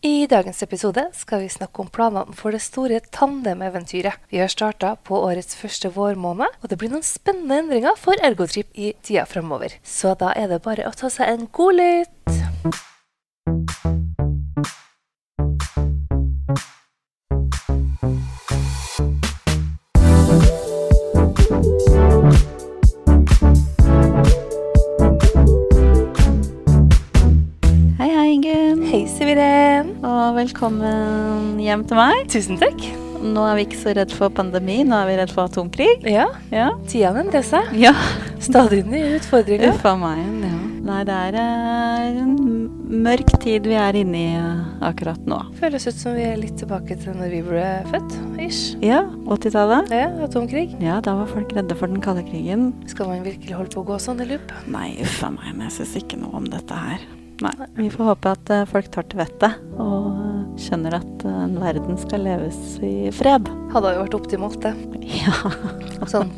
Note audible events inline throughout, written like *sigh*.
I dagens episode skal vi snakke om planene for det store tandemeventyret. Vi har starta på årets første vårmåned, og det blir noen spennende endringer for Ergotrip i tida framover. Så da er det bare å ta seg en god lytt. Hei, hei, Ingunn. Hei, Siviren. Og velkommen hjem til meg. Tusen takk. Nå er vi ikke så redd for pandemi, nå er vi redd for atomkrig. Ja, Ja. tida endrer seg. *laughs* ja. Stadig nye utfordringer. Uffa meg. Ja. Nei, det er eh, en mørk tid vi er inne i eh, akkurat nå. Føles ut som vi er litt tilbake til når vi ble født. Ish. Ja, 80-tallet. Ja, atomkrig. Ja, da var folk redde for den kalde krigen. Skal man virkelig holde på å gå sånn i loop? Nei, uffa meg, men jeg syns ikke noe om dette her. Nei. Vi får håpe at eh, folk tar til vettet og eh, skjønner at eh, verden skal leves i fred. Hadde jo vært optimalt, det. Ja. Sånn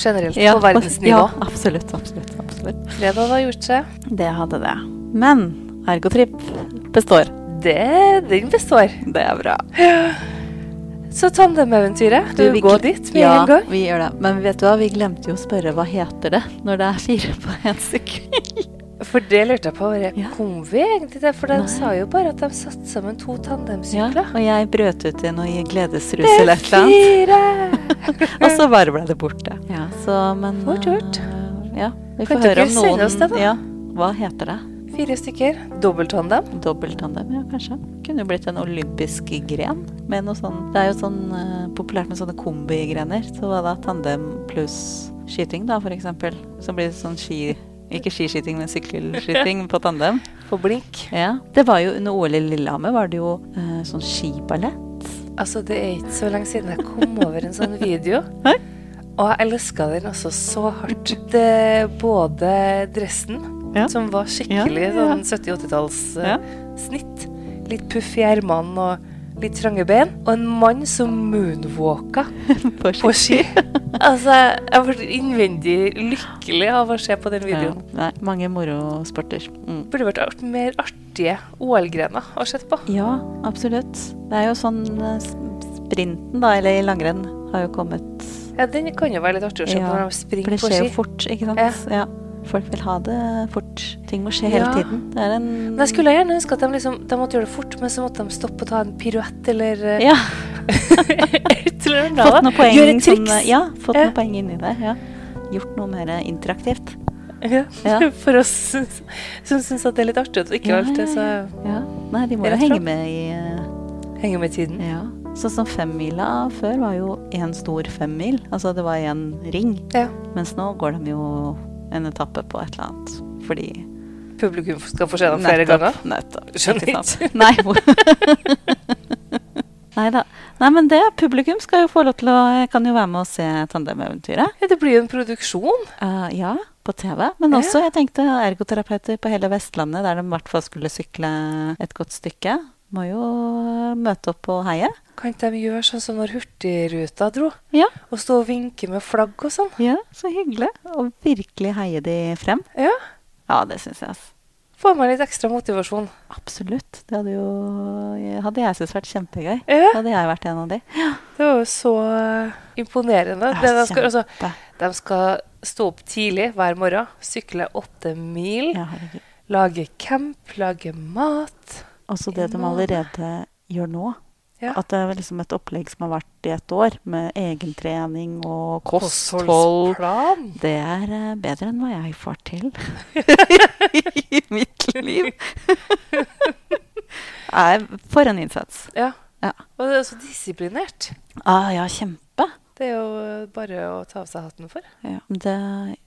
generelt Ja, på verdensnivå. Ja, absolutt, absolutt, absolutt. Fredag har gjort seg. Det hadde det. Men ergotrip består. Det, den består. Det er bra. Så tandemeventyret. Du, vi går gl- dit med ja, en gang. vi gjør det. Men vet du hva, vi glemte jo å spørre hva heter det når det er fire på én sekund. For det lurte jeg på. Bare, Ja. Kom vi egentlig der? For de Nei. sa jo bare at de satte sammen to Ja, tandemsykler. og jeg brøt ut i noe gledesrus eller et eller annet. Fire! *laughs* Og så bare ble det borte. Ja, så, men Fort gjort. eh, Ja, vi Kan får dere høre om sende noen oss det da? Ja, hva heter det? Fire stykker. Dobbelttandem. Dobbelttandem, ja, kanskje. Kunne jo blitt en olympisk gren. Med noe sånn, det er jo sånn eh, populært med sånne kombigrener. Så hva da? Tandem pluss skyting, da, for eksempel. Som blir sånn ski... Ikke skiskyting, men sykkelskyting på tandem. På blink. Ja. Det var jo under OL i Lillehammer var det jo eh, sånn skiballett. Altså, det er ikke så lenge siden jeg kom over en sånn video. Hæ? Og jeg elska den altså så hardt. Det, både dressen, Ja. som var skikkelig Ja, ja, ja. sånn 70-80-tallssnitt, Ja. eh, snitt litt puff i ermene og litt trange bein, og en mann som moonwalka På på ski. *laughs* altså, jeg ble innvendig lykkelig av å se på den Ja. videoen. Nei, mange morosporter. Mm. Burde vært art- mer artige OL-grener å se på. Ja, absolutt. Det er jo sånn eh, s- sprinten, da, eller i langrenn, har jo kommet Ja, den kan jo være litt artig å se på Ja, når de For springer det på skjer ski. jo fort, ikke sant? Ja. Ja. Folk vil ha det fort. Ting må skje hele Ja. tiden. Det er en Men jeg skulle gjerne ønske at de, liksom, de måtte gjøre det fort, men så måtte de stoppe og ta en piruett eller eh, ja, *laughs* et eller annet. fått noen poeng, Gjøre et triks. sånn, ja, fått Ja. noen poeng inni det. Ja. Gjort noe mer interaktivt. Ja. Ja. *laughs* For oss syns- som syns at det er litt artig at vi ikke Ja, alltid ja, så Ja. Nei, de må Rett Mm. fram. jo henge med i eh, henger med tiden. Ja. Sånn som femmila før var jo én stor femmil. Altså det var én ring. Ja. Mens nå går de jo en etappe på et eller annet. Fordi Publikum skal få se dem flere ganger. Nettopp. Skjønner Ikke sant? Nei, *laughs* da. Nei, men det publikum skal jo få lov til å kan jo være med og se Tandemeventyret. Ja, det blir jo en produksjon. Eh, ja, på TV. Men Ja. også, jeg tenkte ergoterapeuter på hele Vestlandet, der de i hvert fall skulle sykle et godt stykke. Må jo eh, møte opp og heie. Kan ikke de gjøre sånn som når Hurtigruta dro? Ja. Og stå og vinke med flagg og sånn? ja, så hyggelig. Og virkelig heie de frem. Ja. Ja, det syns jeg. Altså. Får man litt ekstra motivasjon. Absolutt. Det hadde jo hadde jeg syntes vært kjempegøy. Ja, Hadde jeg vært en av de. det var jo så eh, imponerende. Ja, Det de, skal, altså, kjempe. de skal stå opp tidlig hver morgen, sykle åtte mil. Ja, herregud. Lage camp, lage mat. Også Altså det de Enorme. allerede gjør nå. Ja. At det er liksom et opplegg som har vært i et år, med egentrening og kosthold. Kostholdsplan. Det er eh, bedre enn hva jeg får *laughs* til i mitt liv. *laughs* Nei, for en innsats. Ja. Ja. Og det er så disiplinert. Ah, ja, kjempe. Det er jo eh, bare å ta av seg hatten for. Ja, men det,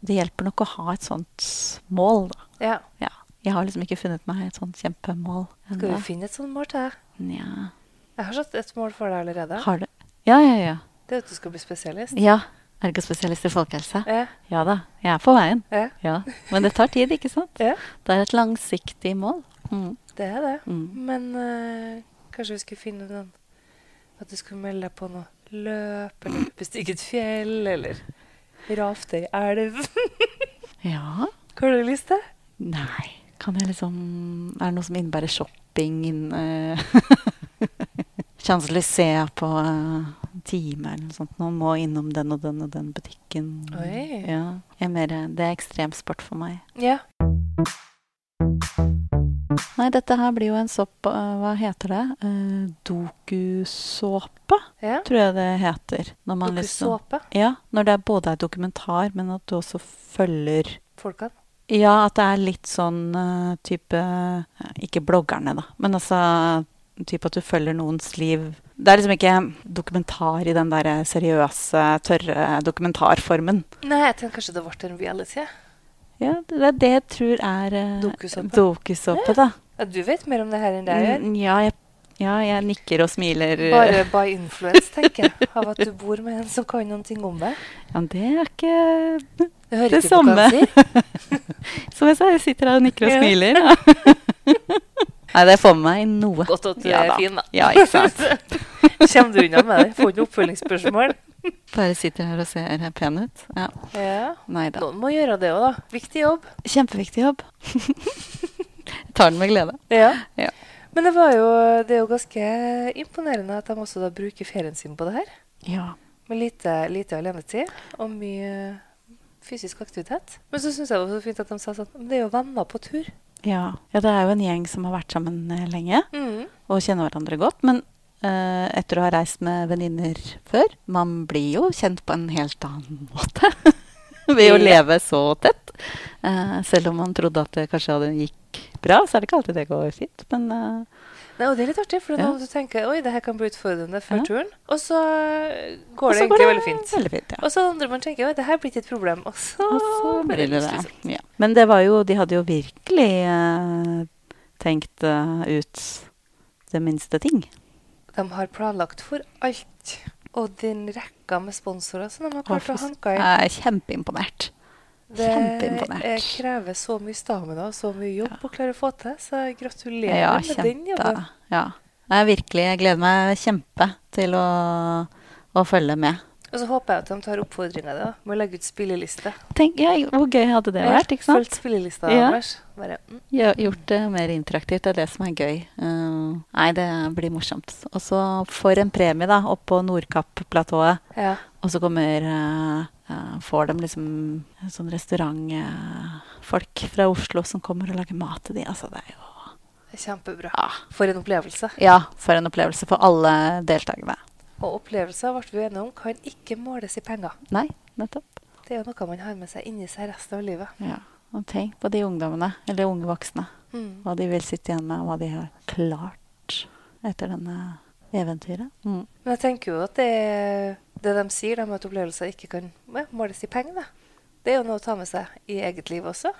det hjelper nok å ha et sånt mål, da. Ja. Ja. Jeg har liksom ikke funnet meg et sånt kjempemål Skal ennå. vi finne et sånt mål til deg? Nja. Jeg har satt et mål for deg allerede. Har du Ja, ja, ja. Det er at du skal bli spesialist. Ja. Ergospesialist i folkehelse. Ja, Ja da, jeg er på veien. ja, Ja. Men det tar tid, ikke sant? ja. Det er et langsiktig mål. Mm. Det er det. Mm. Men eh, kanskje vi skulle finne noen At du skulle melde deg på noe løp, eller bestige et fjell, eller rafte ei elv. Ja. Hva har du lyst til? Nei. Kan jeg liksom Er det noe som innebærer sjokk camping *laughs* eh, Champs-Élysées på eh, en time eller noe sånt. Man må innom den og den og den butikken. Oi. Ja. Jeg er mer, eh, det er ekstremsport for meg. Ja. Nei, dette her blir jo en sopp... eh, Hva heter det? Eh, Dokusåpe, ja. tror jeg det heter. Når man liksom Dokusåpe. Ja, når det er både er dokumentar, men at du også følger Folkene. Ja, at det er litt sånn eh, type eh, Ikke bloggerne, da, men altså type at du følger noens liv. Det er liksom ikke dokumentar i den der seriøse, tørre dokumentarformen. Nei, jeg tenkte kanskje det ble en reality. jeg. Ja, det er det jeg tror er eh, Dokusåpe. dokusåpe, da. Ja, du vet mer om det her enn det jeg gjør. Mm, Ja, jeg, ja, jeg nikker og smiler. Bare by influence, tenker jeg. Av at du bor med en som kan noen ting om deg. Ja, men det er ikke Du hører Det ikke på hva han sier. Som jeg sa, jeg sitter her og nikker og Ja. smiler. da. *laughs* Nei, det får med meg i noe. Godt at du Ja er da. fin, da. Ja, ikke *laughs* sant. Kommer du unna med det? Får ikke noe oppfølgingsspørsmål. Bare sitter her og ser pen ut. Ja, Ja. Nei da. Noen må gjøre det òg, da. Viktig jobb. Kjempeviktig jobb. Jeg *laughs* tar den med glede. Ja. Ja. Men det, var jo, det er jo ganske imponerende at de også da bruker ferien sin på det her. Ja. Med lite, lite alenetid og mye fysisk aktivitet. Men så syns jeg det var så fint at de sa sånn Men det er jo venner på tur. ja. det er jo en gjeng som har vært sammen eh, lenge Mm. og kjenner hverandre godt. Men eh, etter å ha reist med venninner før Man blir jo kjent på en helt annen *laughs* måte ved å Ja. leve så tett. Eh, selv om man trodde at det kanskje hadde gikk bra, så er det ikke alltid det går fint. Men eh, Nei, og det er litt artig, for Ja. når du tenker oi, det her kan bli utfordrende før Ja. turen, og så går Og det så egentlig veldig fint. Veldig fint, ja. Og så andre man tenker oi, det her blir ikke et problem, og så, Og så blir blir det slitsomt. det. Ja. Men det var jo, de hadde jo virkelig eh, tenkt eh, ut det minste ting. sånn. De har planlagt for alt. Og den rekka med sponsorer som de har Å, klart å fy s- hanke inn. Jeg er kjempeimponert. Det kjempeimponert. eh, krever så mye stamina og så mye jobb å klare å få til, så jeg gratulerer Ja, med den jobben. kjempe. Ja. Jeg virkelig, jeg gleder meg kjempe til å, å følge med. Og så håper jeg at de tar oppfordringa di da, med å legge ut spilleliste. Tenk, ja, hvor gøy hadde det Jeg har vært, ikke sant? Fulgt spillelista Ja. deres. Bare, mm. Ja, gjort det mer interaktivt. Det er det som er gøy. Eh, nei, det blir morsomt. Og så for en premie, da, oppå Nordkapp-platået. ja. Og så kommer eh, eh, Får dem liksom sånn restaurantfolk fra Oslo som kommer og lager mat til de. Altså, det er jo Kjempebra. Ja. For en opplevelse. Ja, for en opplevelse for alle deltakerne. Og opplevelser ble vi enige om kan ikke måles i penger. Nei, nettopp. Det er jo noe man har med seg inni seg resten av livet. Ja. Og tenk på de ungdommene, eller unge voksne. Mm. Hva de vil sitte igjen med, og hva de har klart etter denne eventyret. Mm. Men jeg tenker jo at det, det de sier, de at opplevelser ikke kan ja, måles i penger, da. det er jo noe å ta med seg i eget liv også.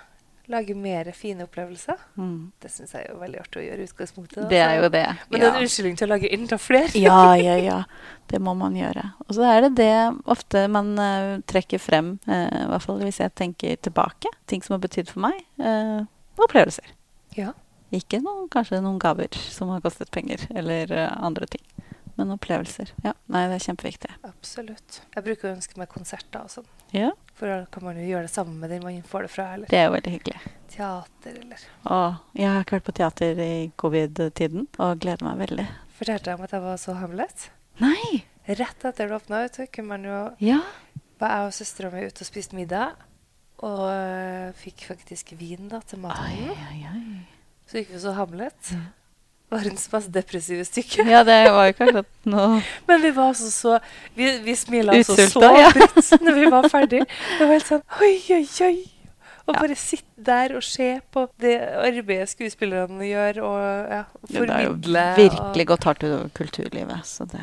Lage mer fine opplevelser. Mm. Det syns jeg er jo veldig artig å gjøre i utgangspunktet. da, Det er så- jo det. Men det er ja. en unnskyldning til å lage enda flere. Ja, ja, ja. Det må man gjøre. Og så er det det ofte man eh, trekker frem, eh, i hvert fall hvis jeg tenker tilbake, ting som har betydd for meg. eh, opplevelser. Ja. Ikke noen, kanskje noen gaver som har kostet penger, eller eh, andre ting. Men opplevelser. Ja, nei, det er kjempeviktig. Absolutt. Jeg bruker å ønske meg konserter og sånn. Ja. For da kan man jo gjøre det sammen med den man får det fra, eller Det er jo veldig hyggelig. teater, eller Og jeg har ikke vært på teater i covid-tiden, og gleder meg veldig. Fortalte jeg om at jeg var så hamlet? Nei! Rett etter det åpna, vet du, kunne man jo Ja. var jeg og søstera mi ute og spiste middag. Og øh, fikk faktisk vin da til maten. ai, ai. Så gikk vi så Hamlet. Verdens mest depressive stykke. Ja, det var jo ikke akkurat noe Men vi var altså så Vi, vi smila altså så Utsulta, ja. bredt *laughs* når vi var *laughs* ferdig. Det var helt sånn oi, oi, oi. Og Ja. bare sitte der og se på det arbeidet skuespillerne gjør, og ja, Ja, Det formidle. er jo og- virkelig godt hardt utover kulturlivet, så det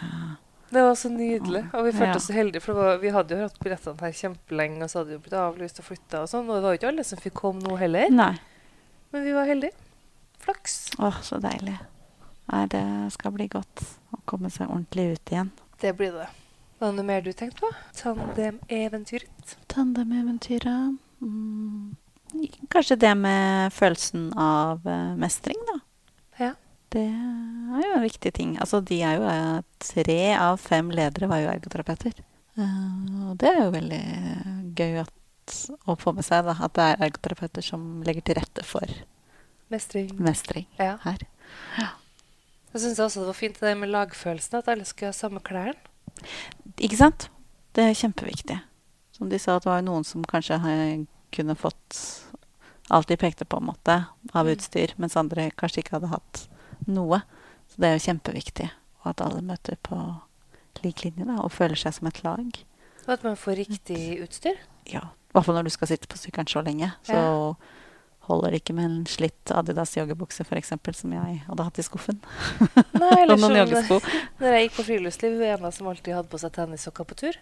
Det var så nydelig. Og vi følte Ja. oss så heldige, for det var, vi hadde jo hatt billettene her kjempelenge, og så hadde vi blitt avlyst og flytta og sånn. Og det var jo ikke alle som fikk komme nå heller. Nei. Men vi var heldige. Flaks. Åh, så deilig. Nei, det skal bli godt å komme seg ordentlig ut igjen. Det blir det. Var det noe mer du tenkte på? Tandemeventyret. Tandemeventyret. Mm. Kanskje det med følelsen av eh, mestring, da. Ja. Det er jo en viktig ting. Altså, de er jo eh, tre av fem ledere var jo ergoterapeuter. Eh, og det er jo veldig gøy at, å få med seg, da. At det er ergoterapeuter som legger til rette for Mestring. mestring Ja. her. Jeg syns også det var fint det med lagfølelsen, at alle skulle ha samme klærne. Ikke sant? Det er kjempeviktig. Som de sa, at det var jo noen som kanskje eh, kunne fått alt de pekte på, på en måte, av Mm. utstyr, mens andre kanskje ikke hadde hatt noe. Så det er jo kjempeviktig. Og at alle møter på lik linje da, og føler seg som et lag. Og at man får riktig utstyr. Ja, I hvert fall når du skal sitte på sykkelen så lenge. Så holder det ikke med en slitt Adidas joggebukse, f.eks., som jeg hadde hatt i skuffen. *laughs* Nei, Og eller noen sånn, joggesko. når jeg gikk på friluftsliv, hun ene som alltid hadde på seg tennissokker på tur,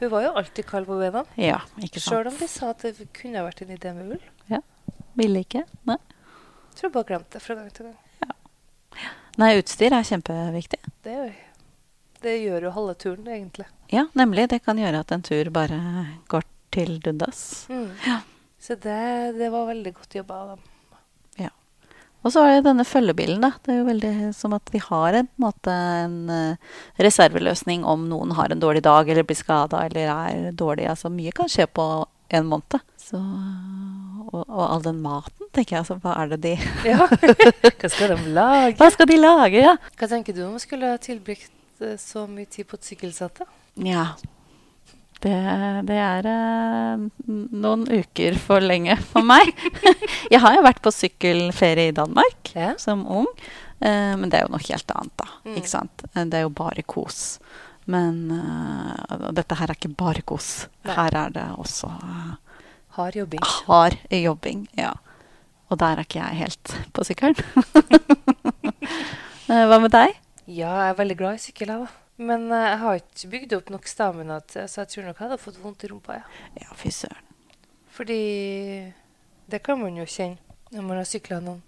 hun var jo alltid kald på beina. Ja, ikke sant. Sjøl om de sa at det kunne ha vært en idé med ull. Ville ikke. Nei. Tror jeg bare glemte det fra gang til gang. Nei, utstyr er kjempeviktig. Det gjør, det gjør jo halve turen, egentlig. Ja, nemlig. Det kan gjøre at en tur bare går til dundas. Mm. Ja. Mm. Så det, det var veldig godt jobba av *laughs* dem. Og så er det denne følgebilen, da. Det er jo veldig som at vi har en, på en måte, en eh, reserveløsning om noen har en dårlig dag eller blir skada eller er dårlig. Altså mye kan skje på en måned. Så, og, og all den maten, tenker jeg. Altså, hva er det de *laughs* Ja. Hva skal de lage? Hva skal de lage, ja? Hva tenker du om å skulle ha tilbrakt eh, så mye tid på et sykkelsete? Ja. Det, det er eh, noen uker for lenge for meg. *laughs* jeg har jo vært på sykkelferie i Danmark Ja. som ung, eh, men det er jo noe helt annet, da. Mm. Ikke sant? Eh, Det er jo bare kos. Men eh, og dette her er ikke bare kos. Nei. Her er det også eh, Hard jobbing. hard jobbing. Ja. Og der er ikke jeg helt på *laughs* sykkelen. Eh, Hva med deg? Ja, jeg er veldig glad i sykkel, jeg, da. Men eh, jeg har ikke bygd opp nok stamina, til, så jeg tror nok jeg hadde fått vondt i rumpa. Ja. Ja, fy søren. Fordi det kan man jo kjenne når man har sykla noen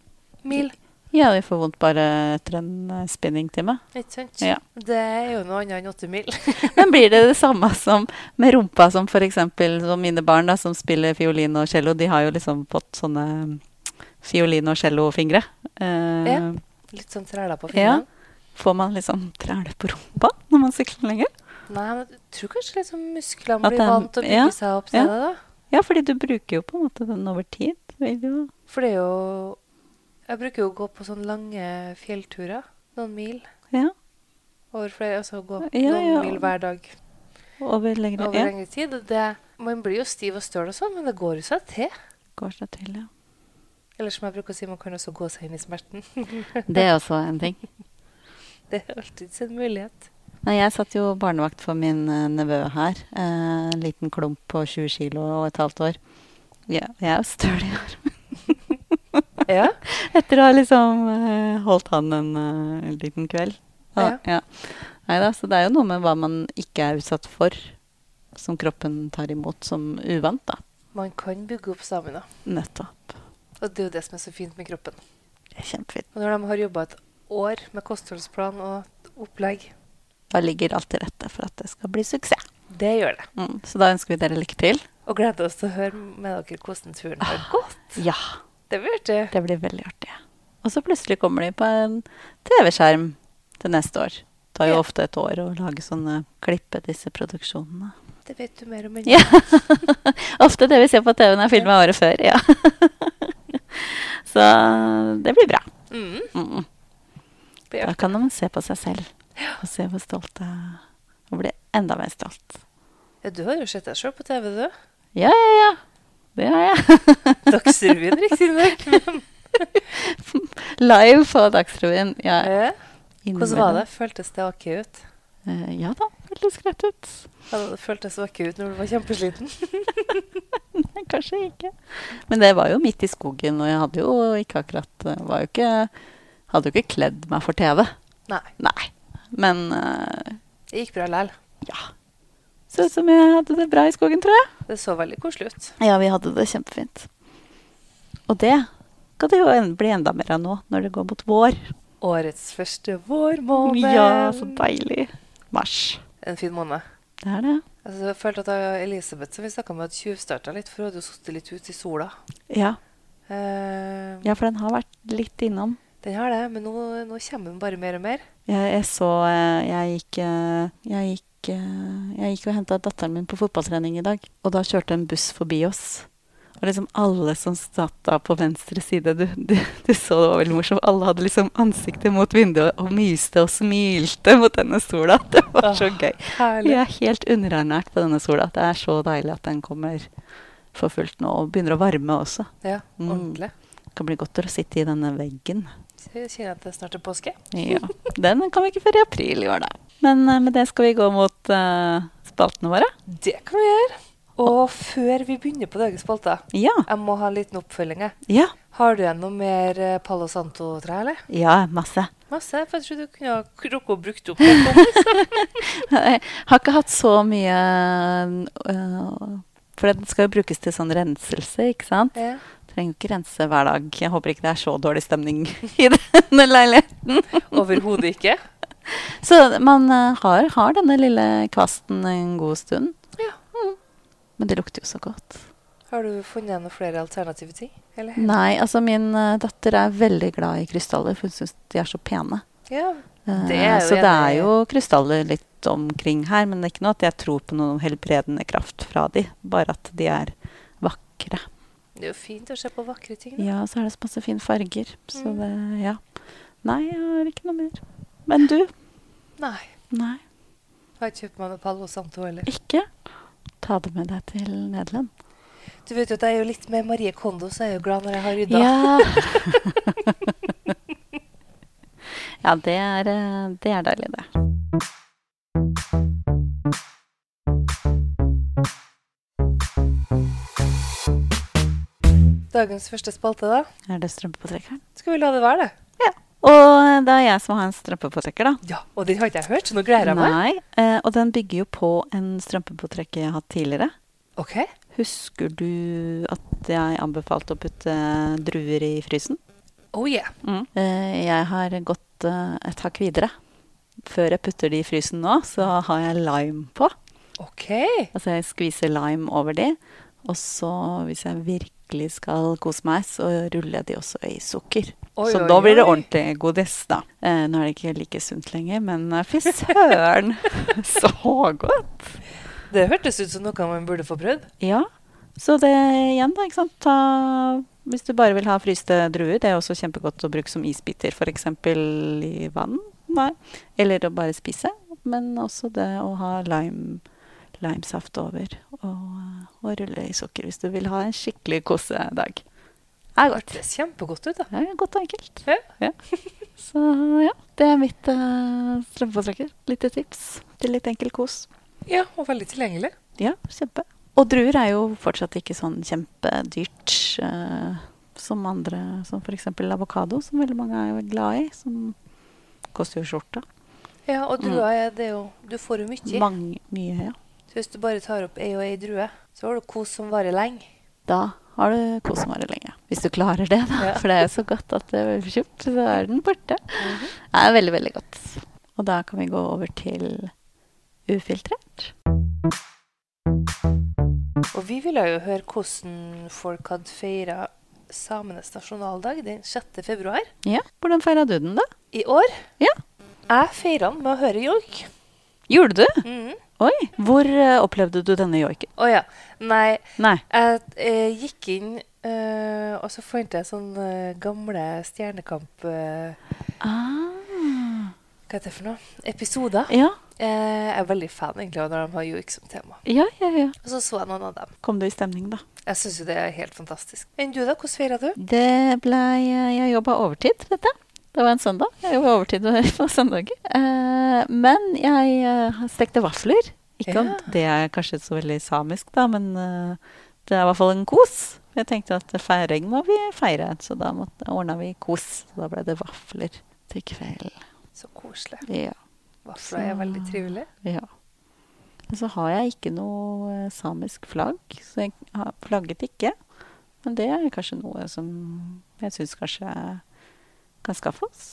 mil. Ja, vi får vondt bare etter en eh, spinningtime. Ikke sant? Ja. Det er jo noe annet enn åtte mil. *laughs* Men blir det det samme som med rumpa som for eksempel som mine barn da, som spiller fiolin og cello? De har jo liksom fått sånne eh, fiolin- og cellofingre. Eh, Ja. Litt sånn træla på Ja. fingrene. Får man liksom træle på rumpa når man sykler lenger? Nei, men jeg tror kanskje liksom musklene At blir den- vant til å bygge ja, seg opp til ja. det, da. Ja, fordi du bruker jo på en måte den over tid. Du vil jo- For det er jo Jeg bruker jo å gå på sånne lange fjellturer. Noen mil Ja, over flere Altså gå Ja, noen ja. mil hver dag over lengre over Ja, lengre tid. Og det, man blir jo stiv og støl og sånn, men det går jo seg til. går seg til, *laughs* ja. Eller som jeg bruker å si, man kan også gå seg inn i smerten. *laughs* Det er også en ting. Det er alltid sin mulighet. Nei, jeg satt jo barnevakt for min eh, nevø her. Eh, en liten klump på 20 kilo og et halvt år. Ja, jeg er jo støl, *laughs* jeg. Ja. Etter å ha liksom eh, holdt han en eh, liten kveld. Ja. ja. Neida, så det er jo noe med hva man ikke er utsatt for, som kroppen tar imot som uvant, da. Man kan bygge opp stamina. Nettopp. Og det er jo det som er så fint med kroppen. Det er kjempefint. Og når de har jobba et år med kostholdsplan og opplegg Da ligger alt til rette for at det skal bli suksess. Det gjør det. Mm. Så da ønsker vi dere lykke til. Og gleder oss til å høre med dere hvordan turen har gått. Ja, Det blir artig. det blir veldig artig. Og så plutselig kommer de på en TV-skjerm til neste år. Det tar jo Ja. ofte et år å lage sånne klippe disse produksjonene. Det vet du mer om enn Ja. *laughs* Ofte det vi ser på TV-en er filma året før, ja. *laughs* Så det blir bra. Mm. Mm. Det er Da kan man se på seg selv og se hvor stolte Og bli enda mer stolt. Ja, du har jo sett deg sjøl på TV, du. Ja, ja, ja. Det har jeg. *laughs* Dagsrevyen, riktignok. *laughs* Live på Dagsrevyen. Ja, Ja. Hvordan var innimellom. det? Føltes det ok ut? Eh, Ja da, veldig skrøt ut. Hadde det føltes ok ut når du var kjempesliten? Nei, Kanskje ikke. Men det var jo midt i skogen, og jeg hadde jo ikke akkurat eh, var jo ikke, Hadde jo ikke kledd meg for TV. Nei. Nei. Men eh, Det gikk bra likevel. Ja. Så ut som jeg hadde det bra i skogen, tror jeg. Det så veldig koselig ut. Ja, vi hadde det kjempefint. Og det kan det jo en- bli enda mer av nå, når det går mot vår. Årets første vårmåned. Ja, så deilig. Mars. En fin måned. Det er det. Altså, jeg følte at jeg- Elisabeth som vi snakka med, hadde tjuvstarta litt, for hun hadde jo sittet litt ute i sola. Ja. Eh, ja, for den har vært litt innom. Den har det, men nå, nå kommer den bare mer og mer. Jeg, jeg så eh, Jeg gikk eh, Jeg gikk, eh, jeg gikk og henta datteren min på fotballtrening i dag, og da kjørte en buss forbi oss. Og liksom alle som satt da på venstre side, du, du, du så det var veldig morsomt. Alle hadde liksom ansiktet mot vinduet og myste og smilte mot denne sola. *laughs* Det var så gøy. Vi Herlig. er helt underernært på denne sola. Det er så deilig at den kommer for fullt nå og begynner å varme også. Ja, Mm. ordentlig. Det kan bli godt å sitte i denne veggen. Jeg kjenner at det snart er påske. Ja, Den kommer ikke før i april i år, da. Men eh, med det skal vi gå mot eh, spaltene våre. Det kan vi gjøre. Og før vi begynner på dagens spalte, Ja. jeg må ha en liten oppfølging. jeg. Ja. Har du igjen noe mer eh, Palo Santo-tre, eller? ja masse. Masse. For jeg trodde du kunne ha rukket å brukt opp en kompis. Jeg har ikke hatt så mye øh, For den skal jo brukes til sånn renselse, ikke sant? *laughs* Ja. Trenger jo ikke rense hver dag. Jeg håper ikke det er så dårlig stemning *laughs* i denne leiligheten. Overhodet ikke. Så man øh, har, har denne lille kvasten en god stund. Ja. Mm. Men det lukter jo så godt. Har du funnet noen flere alternative ting? Eller? Nei, altså min øh, datter er veldig glad i krystaller, for hun syns de er så pene. Ja. Eh, Det er jo så det er enig. jo krystaller litt omkring her, men det er ikke noe at jeg tror på noen helbredende kraft fra de, bare at de er vakre. Det er jo fint å se på vakre ting. Da. Ja, så er det så masse fine farger, så Mm. det, ja. Nei, jeg har ikke noe mer. Men du? Nei. Nei, Jeg har ikke kjøpt meg noe Palo Santo heller. ikke? Ta det med deg til Nederland. Du vet jo at jeg er jo litt mer Marie Kondo, så jeg er jo glad når jeg har rydda. *laughs* Ja. ja, det er, eh, det er deilig, det. Dagens første spalte, da. Er det strømpepåtrekkeren? Skal vi la det være, det? Og eh, det er jeg som har en strømpepåtrekker, da. Ja. Og den har ikke jeg hørt, så nå gleder jeg meg. Nei, eh, og den bygger jo på en strømpepåtrekker jeg har hatt tidligere. Ok. Husker du at jeg anbefalte å putte druer i frysen? Oh yeah. Eh, Jeg har gått eh, et hakk videre. Før jeg putter de i frysen nå, så har jeg lime på. Ok. Altså jeg skviser lime over de. Og så, hvis jeg virkelig skal kose meg, så ruller jeg de også i sukker. Oi, så oi, da blir det oi. ordentlig godis, da. Eh, nå er det ikke like sunt lenger, men eh, fy *laughs* søren! *laughs* så godt! Det hørtes ut som noe man burde få prøvd. Ja. Så det igjen, da. ikke sant? Ta, hvis du bare vil ha fryste druer, det er også kjempegodt å bruke som isbiter, f.eks. i vann. Nei. Eller å bare spise. Men også det å ha lime, limesaft over og, og rulle i sukker hvis du vil ha en skikkelig kosedag. Det er godt. Det ser kjempegodt ut, da. Det er godt og enkelt. Ja. *laughs* Så ja, det er mitt uh, strømpepåtrekker. Lite tips til litt enkel kos. Ja, og veldig tilgjengelig. Ja, kjempe. Og druer er jo fortsatt ikke sånn kjempedyrt eh, som andre, som f.eks. avokado, som veldig mange er jo glad i. Som koster jo skjorta. Ja, og drua er det er jo Du får jo mye. Mm. Mange, mye, ja. Så hvis du bare tar opp ei og ei drue, så har du kos som varer lenge. Da har du kosemare lenge. Hvis du klarer det, da. Ja. For det er jo så godt at det blir kjøpt, så er den borte. Det er veldig, veldig godt. Og da kan vi gå over til ufiltrert. Og vi ville jo høre hvordan folk hadde feira samenes nasjonaldag den 6. februar Ja, Hvordan feira du den, da? i år. Ja. Jeg feira den med å høre joik. Gjorde du? Mhm. Oi! Hvor eh, opplevde du denne joiken? Å ja. Nei, Nei. jeg eh, gikk inn, eh, og så fant jeg sånn eh, gamle Stjernekamp eh, Ah. Hva heter det for noe? Episoder. Ja. Eh, jeg er veldig fan egentlig av når de har joik som tema. Ja, ja, ja. Og så så jeg noen av dem. Kom du i stemning, da? Jeg syns jo det er helt fantastisk. Enn du, da? Hvordan feira du? Det blei Jeg jobba overtid, dette. Det var en søndag. Jeg jobba overtid på søndager. Eh, men jeg eh, stekte vafler. Ikke om Ja. det er kanskje så veldig samisk, da, men eh, det er i hvert fall en kos. Jeg tenkte at feiring må vi feire, så da måtte, ordna vi kos. Så da ble det vafler til kveld. Så koselig. Ja. Vafler er veldig trivelig. ja. Og så har jeg ikke noe eh, samisk flagg, så jeg har flagget ikke. Men det er kanskje noe som jeg syns kanskje kan skaffe oss.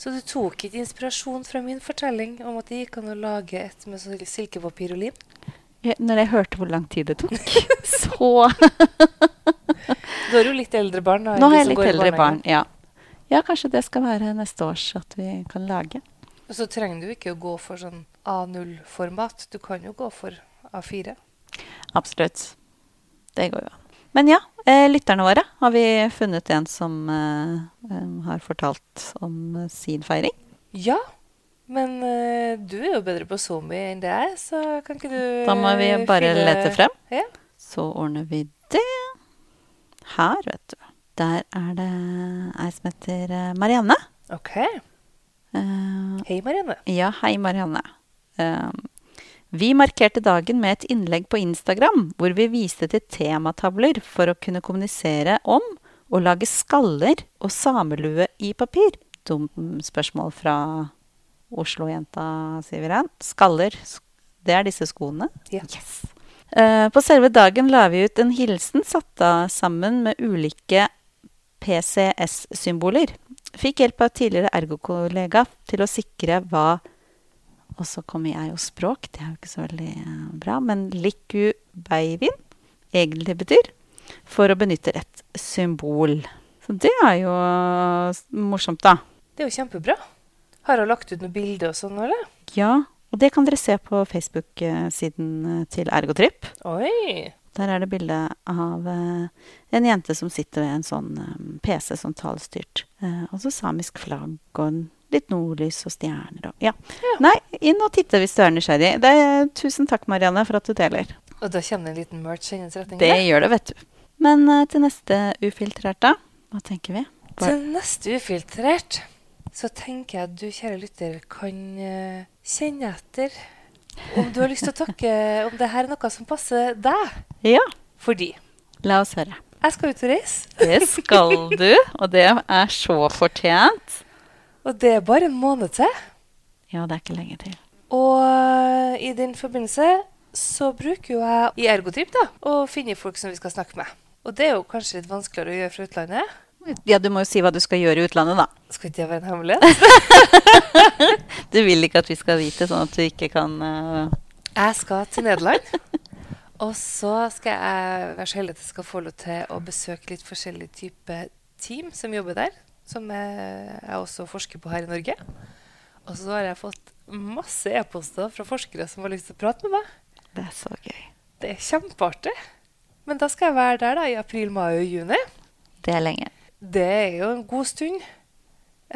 Så du tok ikke inspirasjon fra min fortelling om at det gikk an å lage et med sil- silkepapir og lim? Jeg, når jeg hørte hvor lang tid det tok, *laughs* så Du har jo litt eldre barn. da, enn Nå de har jeg som litt går i eldre barn. barnehagen. Ja. ja, kanskje det skal være neste års at vi kan lage. Og så trenger du ikke å gå for sånn A0-format. Du kan jo gå for A4. Absolutt. Det går jo an. Men ja, eh, lytterne våre har vi funnet en som eh, em, har fortalt om eh, sin feiring. Ja, men eh, du er jo bedre på zombie enn det jeg er, så kan ikke du Da må vi eh, bare finne- lete frem. Ja. Så ordner vi det. Her, vet du. Der er det ei som heter eh, Marianne. OK. Eh, Hei, Marianne. Ja, hei Marianne. Ehm, vi markerte dagen med et innlegg på Instagram hvor vi viste til tematavler for å kunne kommunisere om å lage skaller og samelue i papir. Dumt spørsmål fra Oslo-jenta, sier vi da. Skaller, sk- det er disse skoene. Ja. Yes. Eh, på selve dagen la vi ut en hilsen satt av sammen med ulike PCS-symboler. Fikk hjelp av tidligere ergokollega til å sikre hva Og så kommer jeg og språk, det er jo ikke så veldig eh, bra. Men liku beivin egentlig betyr for å benytte rett symbol. Så det er jo s- morsomt, da. Det er jo kjempebra. Har hun lagt ut noen bilder og sånn, eller? Ja, og det kan dere se på Facebook-siden eh, til Ergotrip. Oi. Der er det bilde av eh, en jente som sitter ved en sånn eh, PC som talestyrt. Eh, og så samisk flagg og en- litt nordlys og stjerner og Ja. Nei, inn og titte hvis du er nysgjerrig. Det er, tusen takk, Marianne, for at du deler. Og da kommer det en liten merch i hennes retning? Det eller? gjør det, vet du. Men eh, til neste ufiltrerte, hva tenker vi? Til neste ufiltrert så tenker jeg at du, kjære lytter, kan eh, kjenne etter om du har lyst til å takke om det her er noe som passer deg. Ja, Fordi la oss høre. jeg skal ut og reise, Det skal du, og det er så fortjent. og det er bare en måned til. Ja, det er ikke lenge til. Og eh, i den forbindelse så bruker jo jeg i ergotrip da, å finne folk som vi skal snakke med. Og det er jo kanskje litt vanskeligere å gjøre fra utlandet. Ja, du må jo si hva du skal gjøre i utlandet, da. Skal ikke det være en hemmelighet? Du vil ikke at vi skal vite, sånn at du ikke kan eh, Jeg skal til Nederland. Og så skal jeg være så heldig at jeg skal få lov til å besøke litt forskjellige typer team som jobber der. Som jeg, jeg også forsker på her i Norge. Og så har jeg fått masse e-poster fra forskere som har lyst til å prate med meg. Det er så gøy. Det er kjempeartig. Men da skal jeg være der da, i april, mai og juni. Det er lenge. Det er jo en god stund.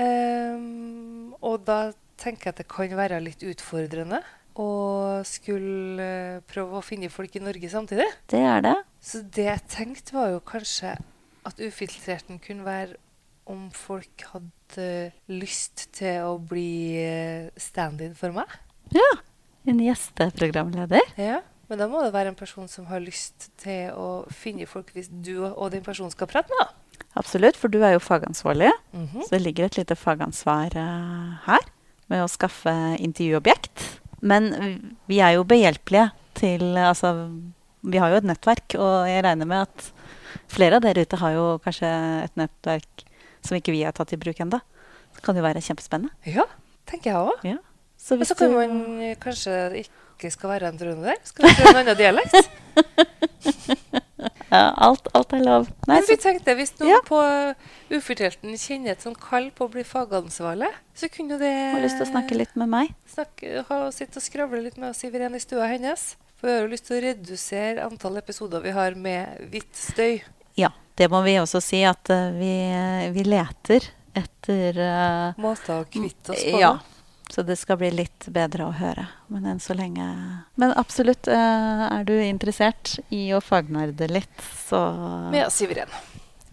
Ehm, og da tenker jeg at det kan være litt utfordrende å skulle eh, prøve å finne folk i Norge samtidig. Det er det. Så det jeg tenkte, var jo kanskje at ufiltrerten kunne være om folk hadde eh, lyst til å bli eh, stand-in for meg. Ja. En gjesteprogramleder. Ja, Men da må det være en person som har lyst til å finne folk hvis du og den personen skal prate med. da. Absolutt, for du er jo fagansvarlig. Mhm. Så det ligger et lite fagansvar eh, her med å skaffe intervjuobjekt. Men v- vi er jo behjelpelige til eh, Altså, vi har jo et nettverk, og jeg regner med at flere av dere ute har jo kanskje et nettverk som ikke vi har tatt i bruk ennå. Det kan jo være kjempespennende. Ja, tenker jeg òg. Ja. Så Og hvis så kan du- man eh, kanskje ikke skal være en trønder. Skal vi prøve en annen dialekt? Ja, alt, alt er lov. *laughs* Nei, Men så, vi tenkte, Hvis noen Ja. på Ufortelten kjenner et sånn kall på å bli fagansvarlig, så kunne jo det har lyst til å snakke litt med meg. snakke- ha, Sitte og skravle litt med oss i i stua hennes. For vi har jo lyst til å redusere antall episoder vi har med hvitt støy. Ja, det må vi også si at eh, vi, vi leter etter eh, Måter å kvitte oss på. Ja. da. Så det skal bli litt bedre å høre. Men enn så lenge Men absolutt, eh, er du interessert i å fagnerde litt, så, Med oss i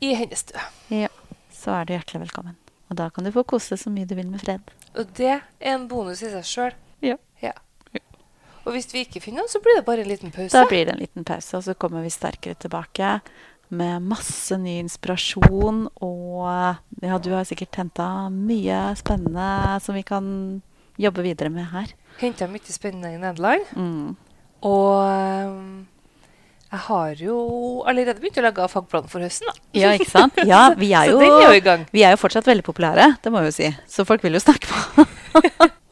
I hennes stue. ja, så er du hjertelig velkommen. Og da kan du få kose så mye du vil med fred. Og det er en bonus i seg sjøl. Ja. Ja. Og hvis vi ikke finner noen, så blir det bare en liten pause. Da blir det en liten pause, og så kommer vi sterkere tilbake med masse ny inspirasjon. Og eh, ja, du har sikkert henta mye spennende som vi kan jobbe videre med her. Henta mye spennende i Nederland. Mm. Og ehm, jeg har jo allerede begynt å lage fagplanen for høsten, da. Ja, ikke *laughs* sant? Ja, vi er Så jo, den er jo i gang. vi er jo fortsatt veldig populære, det må jeg jo si. Så folk vil jo snakke med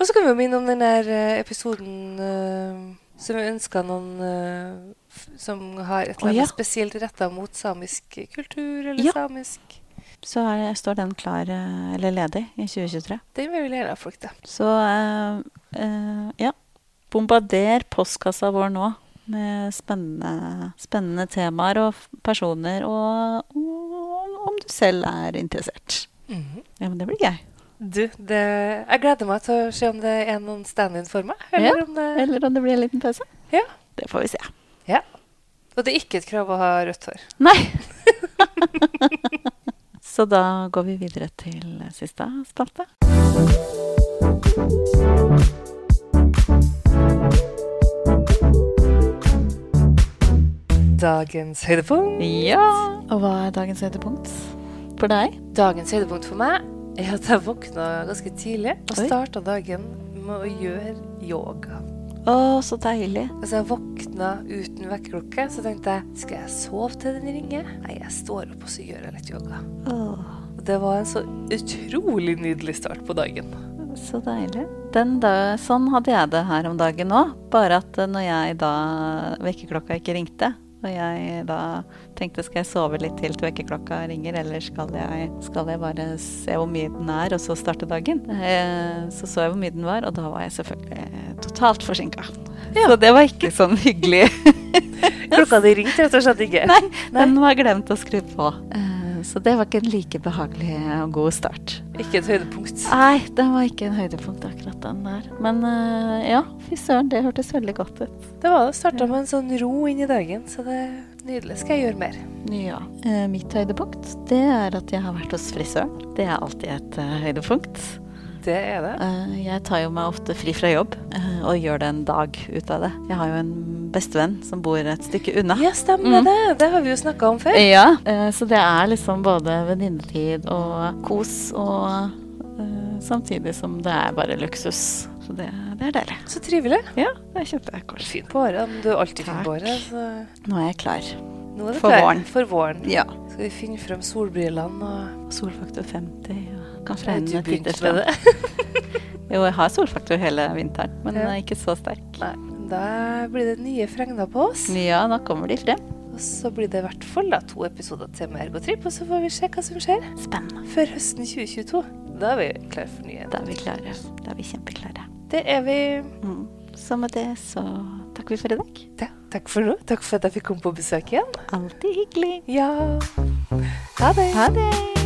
Og så kan vi jo minne om den der eh, episoden eh, som vi ønska noen eh, f som har et Å, eller annet ja. spesielt retta mot samisk kultur eller Ja. samisk *laughs* Så er, står den klar, eh, eller ledig, i 2023. Den vil vi lære av folk, da. Så eh, eh, ja. Bombarder postkassa vår nå Med spennende, spennende temaer og f- personer, og, og om du selv er interessert. Mhm. Ja, men det blir gøy. Du, det, jeg gleder meg til å se om det er noen stand-in for meg. Eller Ja, om det, Eller om det blir en liten pause. Ja. Det får vi se. og det er ikke et krav å ha rødt hår. Nei! *laughs* Så da går vi videre til siste spalte. Dagens høydepunkt. Ja! Og hva er dagens høydepunkt for deg? Dagens høydepunkt for meg er at jeg våkna ganske tidlig og Oi. starta dagen med å gjøre yoga. Å, så deilig. Altså Jeg våkna uten vekkerklokke, så tenkte jeg skal jeg sove til den ringer? Nei, jeg står opp og så gjør jeg litt yoga. Åh, Og Det var en så utrolig nydelig start på dagen. så deilig. Den da, sånn hadde jeg det her om dagen òg, bare at eh, når jeg da vekkerklokka ikke ringte, og jeg da tenkte skal jeg sove litt til til vekkerklokka ringer, eller skal jeg, skal jeg bare se hvor mye den er, og så starte dagen? Eh, Så så jeg hvor mye den var, og da var jeg selvfølgelig totalt forsinka. Så det var ikke sånn hyggelig. Klokka di ringte rett og slett *laughs* ikke. Nei, den var glemt å skru på. Eh, Så det var ikke en like behagelig og god start. Ikke et høydepunkt. Nei, den var ikke en høydepunkt, akkurat den der. Men eh, ja, fy søren, det hørtes veldig godt ut. Det var det. Starta med en sånn ro inn i dagen, så det er nydelig. Skal jeg gjøre mer? Ja. Eh, mitt høydepunkt, det er at jeg har vært hos frisøren. Det er alltid et eh, høydepunkt. Det er det. Eh, jeg tar jo meg ofte fri fra jobb, eh, og gjør det en dag ut av det. Jeg har jo en bestevenn som bor et stykke unna. Ja, stemmer Mm. det. Det har vi jo snakka om før. Ja, eh, så det er liksom både venninnetid og kos, og eh, samtidig som det er bare luksus. Så det, det er deilig. Så trivelig. Ja, det er kjempekoselig. Fin på håret. men Du er alltid fin Takk. på håret. Så Nå er jeg klar. nå er det For klart. våren. For våren. Ja. Skal vi finne frem solbrillene og Solfaktor 50 og Har kan du fregne begynt tider med fram. Jo, jeg har solfaktor hele vinteren, men Ja. eh, ikke så sterk. Nei. Da blir det nye fregner på oss. Ja, da kommer de frem. Og så blir det i hvert fall da to episoder til med Ergotrip, og så får vi se hva som skjer Spennende. før høsten 2022. Da er vi klare for nye. Da er vi klare. Da er vi kjempeklare. Det er vi. Mm. Så med det så takker vi for i dag. Ja, takk for nå. Takk for at jeg fikk komme på besøk igjen. Alltid hyggelig. Ja. Ha det. Ha det.